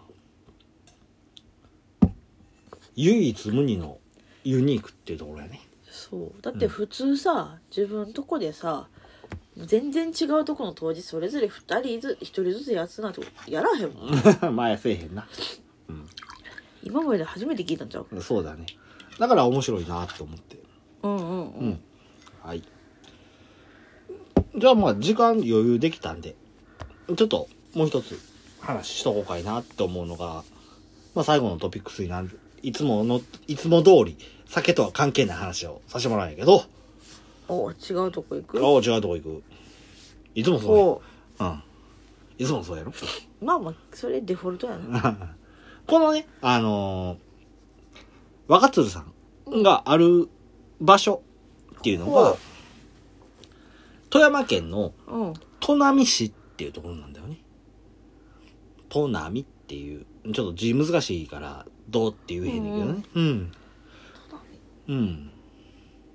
唯一無二のユニークっていうところやね
そうだって普通さ、自分とこでさ全然違うとこの当時それぞれ2人ず1人ずつやつなんてやらへんもん
前せえへんな
今まで初めて聞いたんちゃう
そうだねだから面白いなと思って
うんうんうん、
んはいじゃあまあ時間余裕できたんでちょっともう一つ話しとこうかいなって思うのが、まあ、最後のトピックスになるいつものいつも通り酒とは関係ない話をさせてもらうんやけど
お違うとこ行く
おう違うとこ行くいつもそ
そう
やうんいつもそうやろ
うまあまあそれデフォルトやな
このねあのー若鶴さんがある場所っていうの
ほ
が
う
富山県の
うん
砺波市っていうところなんだよね。砺波っていう、ちょっと字難しいから、どうって言えへんねんけどね。うん。うん。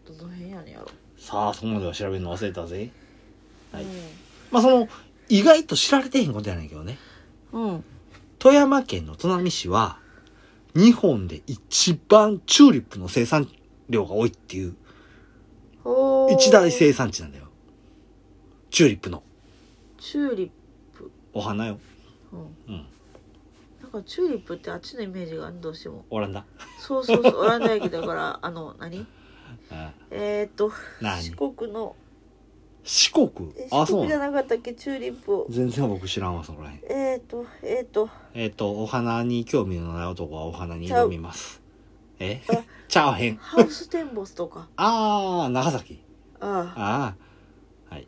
どの辺やねんやろ、
さあ、そこまでは調べるの忘れたぜ。はい
うん
まあ、その、意外と知られてへんことやねんけどね。
うん
富山県の砺波市は、日本で一番チューリップの生産量が多いっていう、
おー
一大生産地なんだよ。チューリップの。
チューリップ
お花よ。
うん
うん。
なんかチューリップってあっちのイメージがあるどうしても
オランダ。
そうそうそうオラン ダ駅だからあの何
うん。
えー、っと
何
四国の
四国あ
四
そう
国じゃ
なの
なかったっけチューリップを
全然僕知らんわそこらへん
えっ、ー、とえっ、ー、と
えっ、とお花に興味のない男はお花に挑みますえちゃうへん
ハウステンボスとか
ああ長崎
ああ
ああはい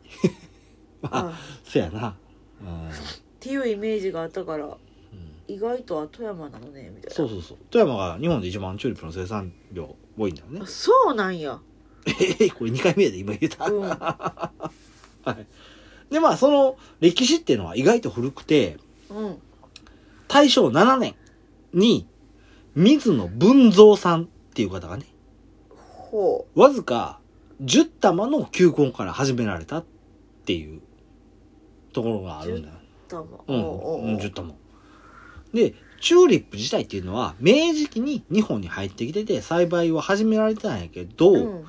まあ
ああ
そやなうん
っていうイメージがあったから、意外とは富山なのねみたいな
そうそうそう富山が日本で一番チューリップの生産量多いんだよね
あそうなんや
え えこれ2回目やで今言えた、
うん
はいでまあその歴史っていうのは意外と古くて
うん
大正7年に水野文蔵さんっていう方がね
ほ
わずか10玉の球根から始められたっていうところがあるんだよ。
うたま
う、
おうおうん
うん、
おう
10玉。で、チューリップ自体っていうのは明治期に日本に入ってきてて栽培は始められてたんやけど、
うん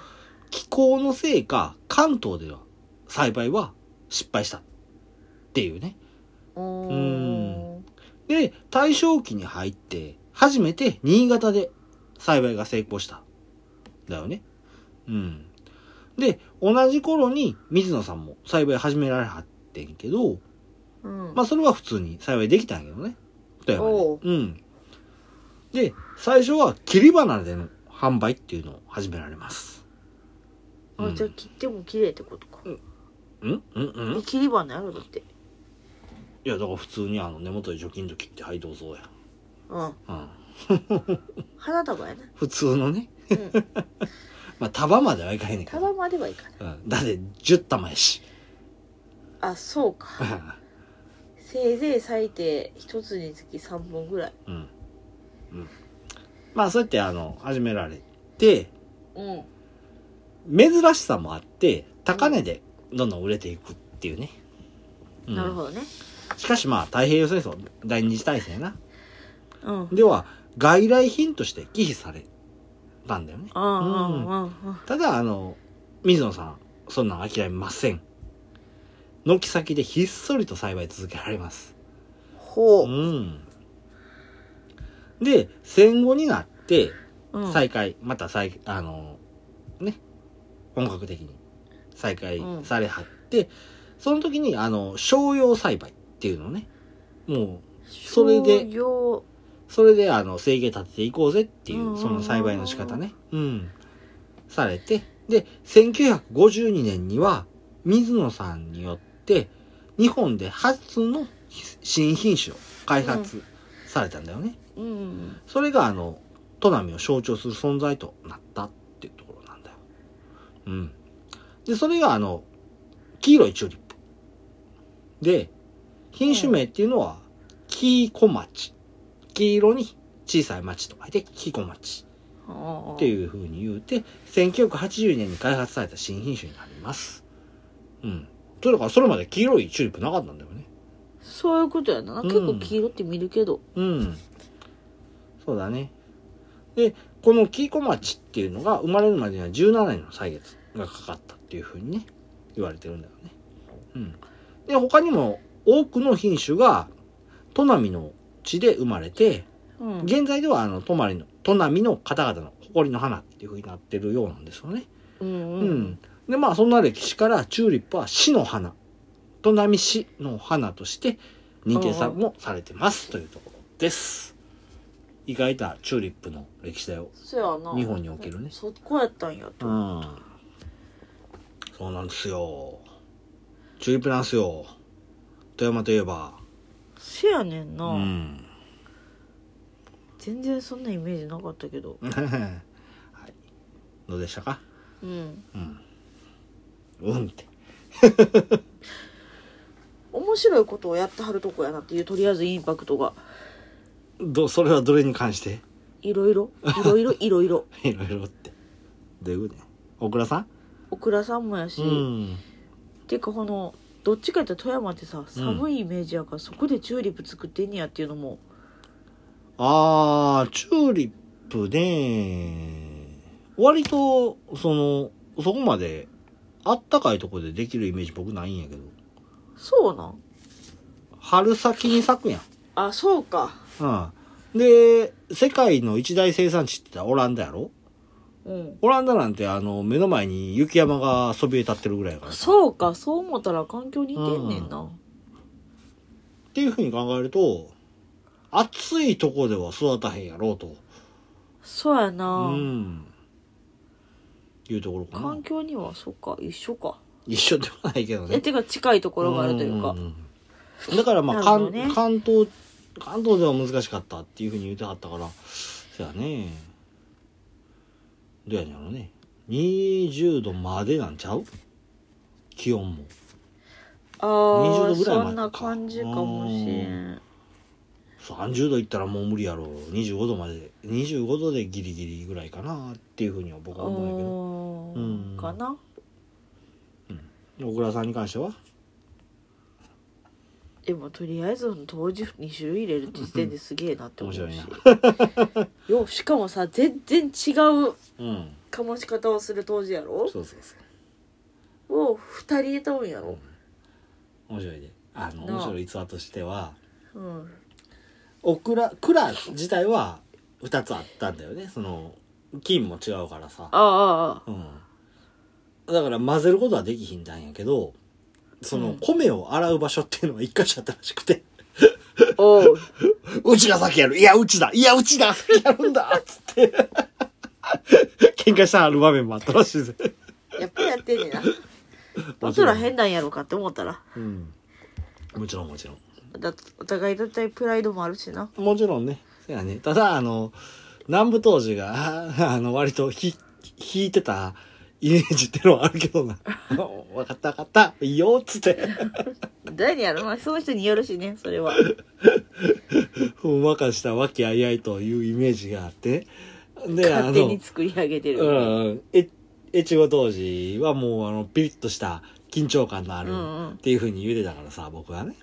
気候のせいか関東では栽培は失敗したっていうね。
う
ー
ん
で、大正期に入って初めて新潟で栽培が成功した。だよね。うん。で、同じ頃に水野さんも栽培始められはってんけど、
うん
まあそれは普通に栽培できたんやけどね。富山
おう
で。うん。で、最初は切り花での販売っていうのを始められます。う
あ
ん
じゃあ切っても綺麗ってことか、
うんうんうん
で切り花やろだって
いや、だから普通にあの根元で除菌と切って、はいどうぞや。
うん
うん。
花束やな
普通のね。
うん
まあ束まではいかへんねんけど。
束まではいかない
うん。だって10玉やし。
あそうかせいぜい最低一つにつき3本ぐらい
うん。うん。まあそうやってあの、始められて、
うん
珍しさもあって、高値でどんどん売れていくっていうね。うん
なるほどね
しかしまあ太平洋戦争、第二次大戦やな。
うんうん
では、外来品として忌避されたんだよね。
うんうんうん
ただあの水野さんそんなん諦めません軒先でひっそりと栽培続けられます
ほ
うんで戦後になって
ううん
再開、また再あのね本格的に再開
うん
されはって、その時にあの商用栽培っていうのをねもうそれで
商業
それであの生計立てていこうぜってい
うんう
う
んうんうん
その栽培の仕方ねうんされてで1952年には水野さんによって日本で初の新品種を開発されたんだよね、
うん
それがあの砺波を象徴する存在となったっていうところなんだようんでそれがあの黄色いチューリップで品種名っていうのは黄小町黄色に小さい町と書いて黄小町
っ
って
う
いうふうに言うて1980年に開発された新品種になりますうんそれだからそれまで黄色いチューリップなかったんだよね
そういうことやな
うん
結構黄色って見るけど
うん。そうだね。で、この黄小町っていうのが生まれるまでには17年の歳月がかかったっていうふうにね、言われてるんだよね。うん。で、他にも多くの品種が、砺波の地で生まれて、
うん
現在ではあの、砺波の、砺波の方々の誇りの花っていうふうになってるようなんですよね。
うん
う
うん
ん。で、まあ、そんな歴史から、チューリップは市の花、砺波市の花として認定さ
うんうん
もされてますというところです。意外とチューリップの歴史だよ。
そうやな
日本におけるね
そこやったんや
う
と
ん。そうなんですよ。チューリップなんですよ。富山といえば。
せやねん
う。
なん 全然そんなイメージなかったけど
はい。どうでしたか
うん
うん。うんって。
面白いことをやってはるとこやなっていうとりあえずインパクトが
ど、それはどれに関して
いろいろいろい ろいろいろ
いろいろって。どういうことや大倉さん
オクラさんもやし、
うん。
ていうかこのどっちかやったら富山ってさ寒いイメージやから、そこでチューリップ作ってんねやっていうのも
あー、チューリップね。割と、その、そこまで、あったかいとこでできるイメージ僕ないんやけど。
そうなん
春先に咲くや
あそうか
ん。うん。で、世界の一大生産地って言ったらオランダやろ
うん
オランダなんてあの目の前に雪山がそびえ立ってるぐらいやからさ
そうかそう思ったら環境似てんねんな
っていうふうに考えると暑いとこでは育たへんやろうと
そうやな、
うんいうところかな
環境にはそうか一緒か
一緒ではないけどね
えてか近いところがあるというか
んんうんだからまあ
なるほ
関,、
どね
関東関東では難しかったっていうふうに言ってはったからそやねどうやねんやろね20度までなんちゃう気温も
あ
20
あ
度ぐらいまでか
そんな感じかもしれん
30度いったらもう無理やろ25度まで25度でギリギリぐらいかなっていうふうには僕は思うんやけど
う
うん
んかな
小倉さんに関しては
でもとりあえず当時2種類入れる時点ですげえなって思うし
面白い
よしかもさ全然違う
うん
かもし方をする当時やろ
そうそうそう
を2人入れたんやろ
面白いねあの
なあ
面白い逸話としては
うん
オクラクラ自体は2つあったんだよねその菌も違うからさ、
ああああ
うん、だから混ぜることはできひんだんやけどその米を洗う場所っていうのは1箇所あったらしくて
おう
「うちが先やるいやうちだいやうちだ先やるんだ」っつって 喧嘩したある場面もあったらしいぜ、
やっぱりやってんね んなどちら変なんやろかって思ったら
うん、もちろんもちろん
だお互いだいたいプライドもあるしな
もちろんね。そうやね。ただ、あの、南部当時が、 あーあの、割とひ、引いてたイメージってのはあるけどな。 わかったわかった。いいよ、っつって。
誰にやるまあその人によるしねそれは
ふんわかした和気あいあいというイメージがあって。で、あ
勝手
の
に、作り上げて
う
る
んうん、え、越後当時はもう、あの、ピリッとした緊張感のある
うんうん
っていうふうに言うてたからさ、僕はね。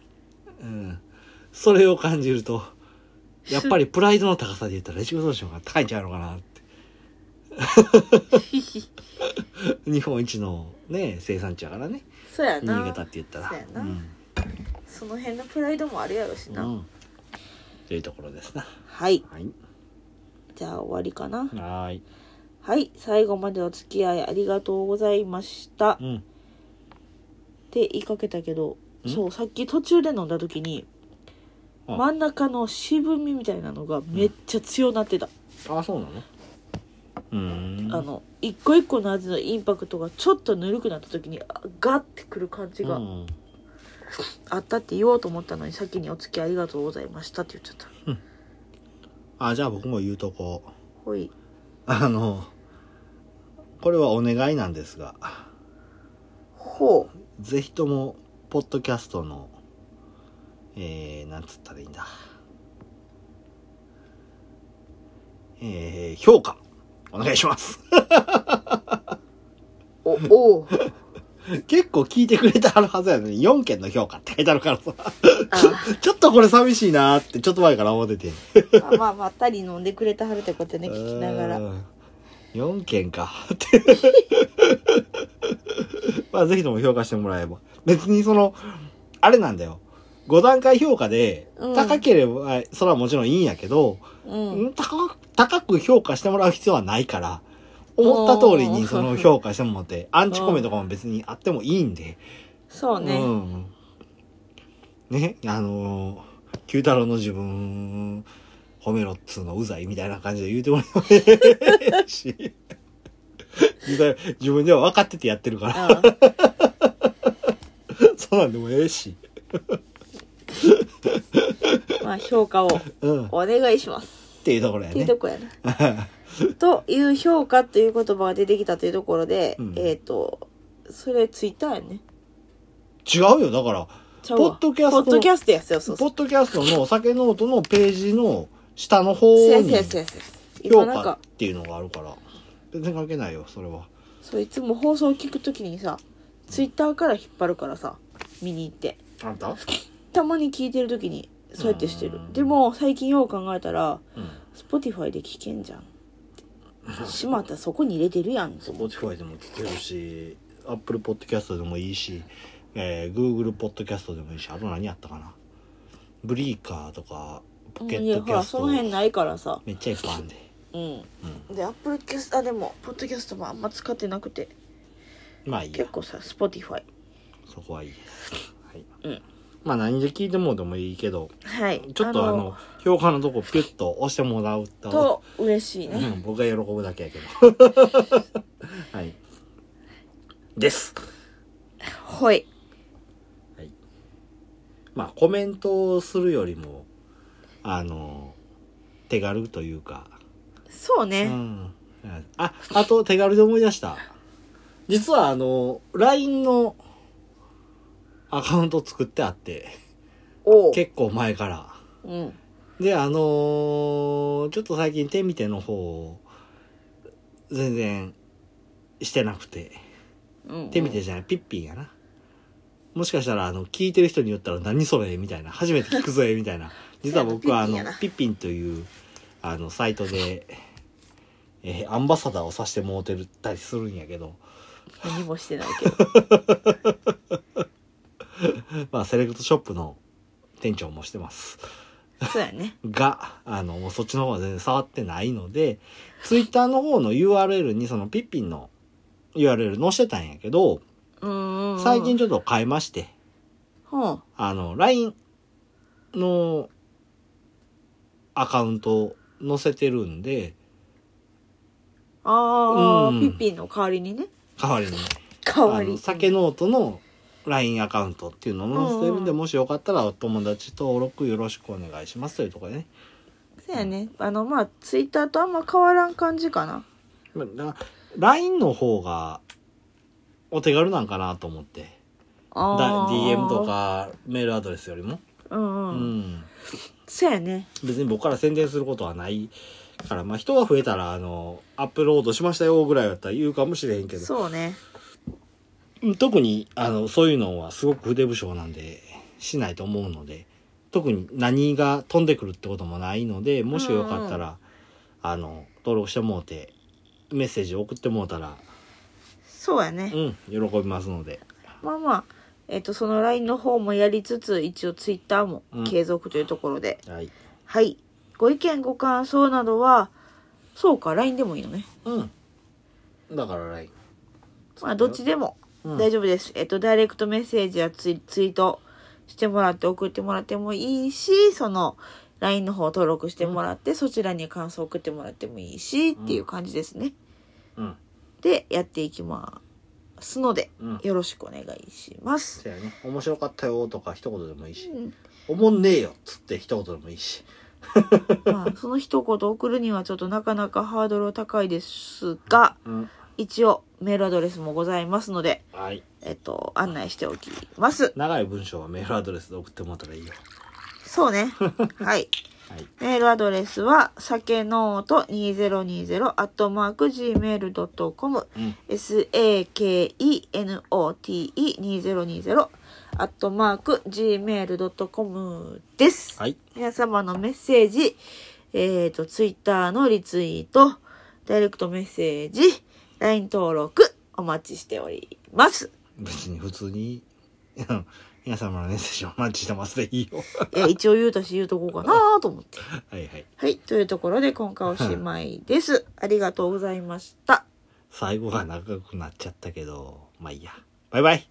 うん。それを感じると、やっぱりプライドの高さで言ったら越後当時の方が高いんちゃうのかな って。
ひひ
日本一のね生産地やからね
そうや
新
な
潟って言ったら
そうやな
うん
その辺のプライドもあるやろしな、
うんというところですな
はい
はい
じゃあ終わりか
は
な
ーい
はい最後までお付き合いありがとうございましたっ
うん
て言いかけたけど
ん
そうさっき途中で飲んだ時に
あ
真ん中の渋みみたいなのがめっちゃ強なってた、
あそうなのうーん
あの一個一個の味のインパクトがちょっとぬるくなった時にあガッてくる感じ
う
が
ん
あったって言おうと思ったのに先に「お付き合いありがとうございました」って言っちゃった
あじゃあ僕も言うとこ
ほい
あのこれはお願いなんですが
ほう
ぜひともポッドキャストのえー、なんつったらいいんだえー、評価お願いします
おおう
結構聞いてくれてあるはずやのに、4件の評価って書いてあるからさ、
あ
ちょっとこれ寂しいなーって、ちょっと前から思ってて。
あ まあまったり飲んでくれたはるってことね聞きながら
うん。4件か、 って。まあ、ぜひとも評価してもらえば。別にその、あれなんだよ。5段階評価で
う、ん
高ければ、それはもちろんいいんやけど、
うん
高く、高く評価してもらう必要はないから、思った通り
お
に
ー
その評価してもらって、アンチコメントとかも別にあってもいいんで、
そうね、
うん、ねあのー九太郎の自分褒めろっつうのうざいみたいな感じで言うてもらえないし 実際自分では分かっててやってるから
うん
そうなんでもええし、
まあ評価を
うん、っ
お願い します。
ていうところや
ってい
ね
うとこやな。という評価という言葉が出てきたというところで、
うん
えっ、と、それツイッターやね。
違うよだから
ちゃうわ
ポッドキャスト
ポッドキャストやそうそ
ポ
うそう。
ッドキャストの酒ノートのページの下の方
せや
に
せやせやせや。今
評
なん
価
か
っ、ていうのがあるから全然関係ないよそれは
そういつも放送を聞くときにさ、ツイッターから引っ張るからさ、見に行って。
あんた、
たまに聞いてるときに、そうやってしてる
う。ん
でも、最近よう考えたら、
うん、
Spotify で聞けんじゃんって。しまった、そこに入れてるやん。と思って
Spotify でも聞けるし Apple Podcast でもいいし、えー、Google Podcast でもいいしあと何やったかなブリーカーとかポケ
うんい
ッ
や、
トキ
ほ
ャ
ら、
スト
その辺ないからさ。
めっちゃいっぱいあんで
ううん
う
でアップルキャスあでもポッドキャストもあんま使ってなくて
ん、まあいいや
結構さ Spotify
そこはいいです、はい
うん
まあ何で聞いてもでもいいけど
はい
ちょっとあの評価のとこピュッと押してもらうと
と嬉しいね、
うん、僕が喜ぶだけやけど はいです
ほい
まあコメントをするよりもあの手軽というか
そう
う
ね、
んああと手軽で思い出した実はあの LINE のアカウント作ってあって
おう
結構前から
うん
であのーちょっと最近手見ての方を全然してなくて
うん
手見てじゃない、ピッピンやな。もしかしたら、あの、聞いてる人によったら何それみたいな。初めて聞くぜみた いな。実は僕は、あ
ピッピ
の
ンやな、
ピッピンという、あの、サイトで、えーアンバサダーをさしてもうてるったりするんやけど、
何もしてない けど
まあ、セレクトショップの店長もしてます。
そうやね
が、あの、もうそっちの方は全然触ってないので、ツイッターの方の URL にそのピッピンの URL 載せてたんやけど、
うんうんうん
最近ちょっと変えまして、
ほう
あの、LINE のアカウントを載せてるんで、
ああ、
うん
ピッピンの代わりにね
代わりに、
代わ
あ
り
の
に
酒ノートの LINE アカウントっていうのを載せてるんで、
うん
もしよかったらお友達登録よろしくお願いしますというところでね。
そうやねあのまあツイッターとあんま変わらん感じかな
まあだ LINE の方がお手軽なんかなと思って。だ
あー
DM とかメールアドレスよりも。
うん
う
うん、
ん。
そうやね
別に僕から宣伝することはないから、まあ人が増えたら、あの、アップロードしましたよぐらいだったら言うかもしれへんけど。
そうね
特にあのそういうのはすごく筆不詳なんでしないと思うので特に何が飛んでくるってこともないのでもしよかったら、あの登録してもうてメッセージ送ってもうたら
そうやね
うん喜びますので
まあまあえっ、とその LINE の方もやりつつ一応ツイッターも継続というところで、
はい
はいご意見ご感想などはそうか LINE でもいいのね
うんだからライン
まあどっちでも
うん
大丈夫です、えっ、とダイレクトメッセージやツイツイートしてもらって送ってもらってもいいしその LINE の方登録してもらって、そちらに感想送ってもらってもいいしっていう感じですね、
うん
でやっていきますので
うん
よろしくお願いします、
せやね面白かったよとか一言でもいいし
うん
おもんねえよっつって一言でもいいし
ま あ、その一言送るにはちょっとなかなかハードル高いですが、
うん
一応メールアドレスもございますので、
はい
えっと、案内しておきます。
長い文章はメールアドレスで送ってもらったらいいよ
そ うね。はい。
はい
メールアドレスは、さけのうと 2020-gmail.com、
うん
sakenote2020-gmail.com です。
はい
皆様のメッセージ、えっ、と、ツイッターのリツイート、ダイレクトメッセージ、LINE 登録、お待ちしております。
別に普通に、うん皆様のメッセージをお待ちしてますでいいよ。
いや、一応言うたし言うとこうかなと思って。
はいはい。
はい、というところで今回おしまいです。ありがとうございました。
最後が長くなっちゃったけど、まあいいや。バイバイ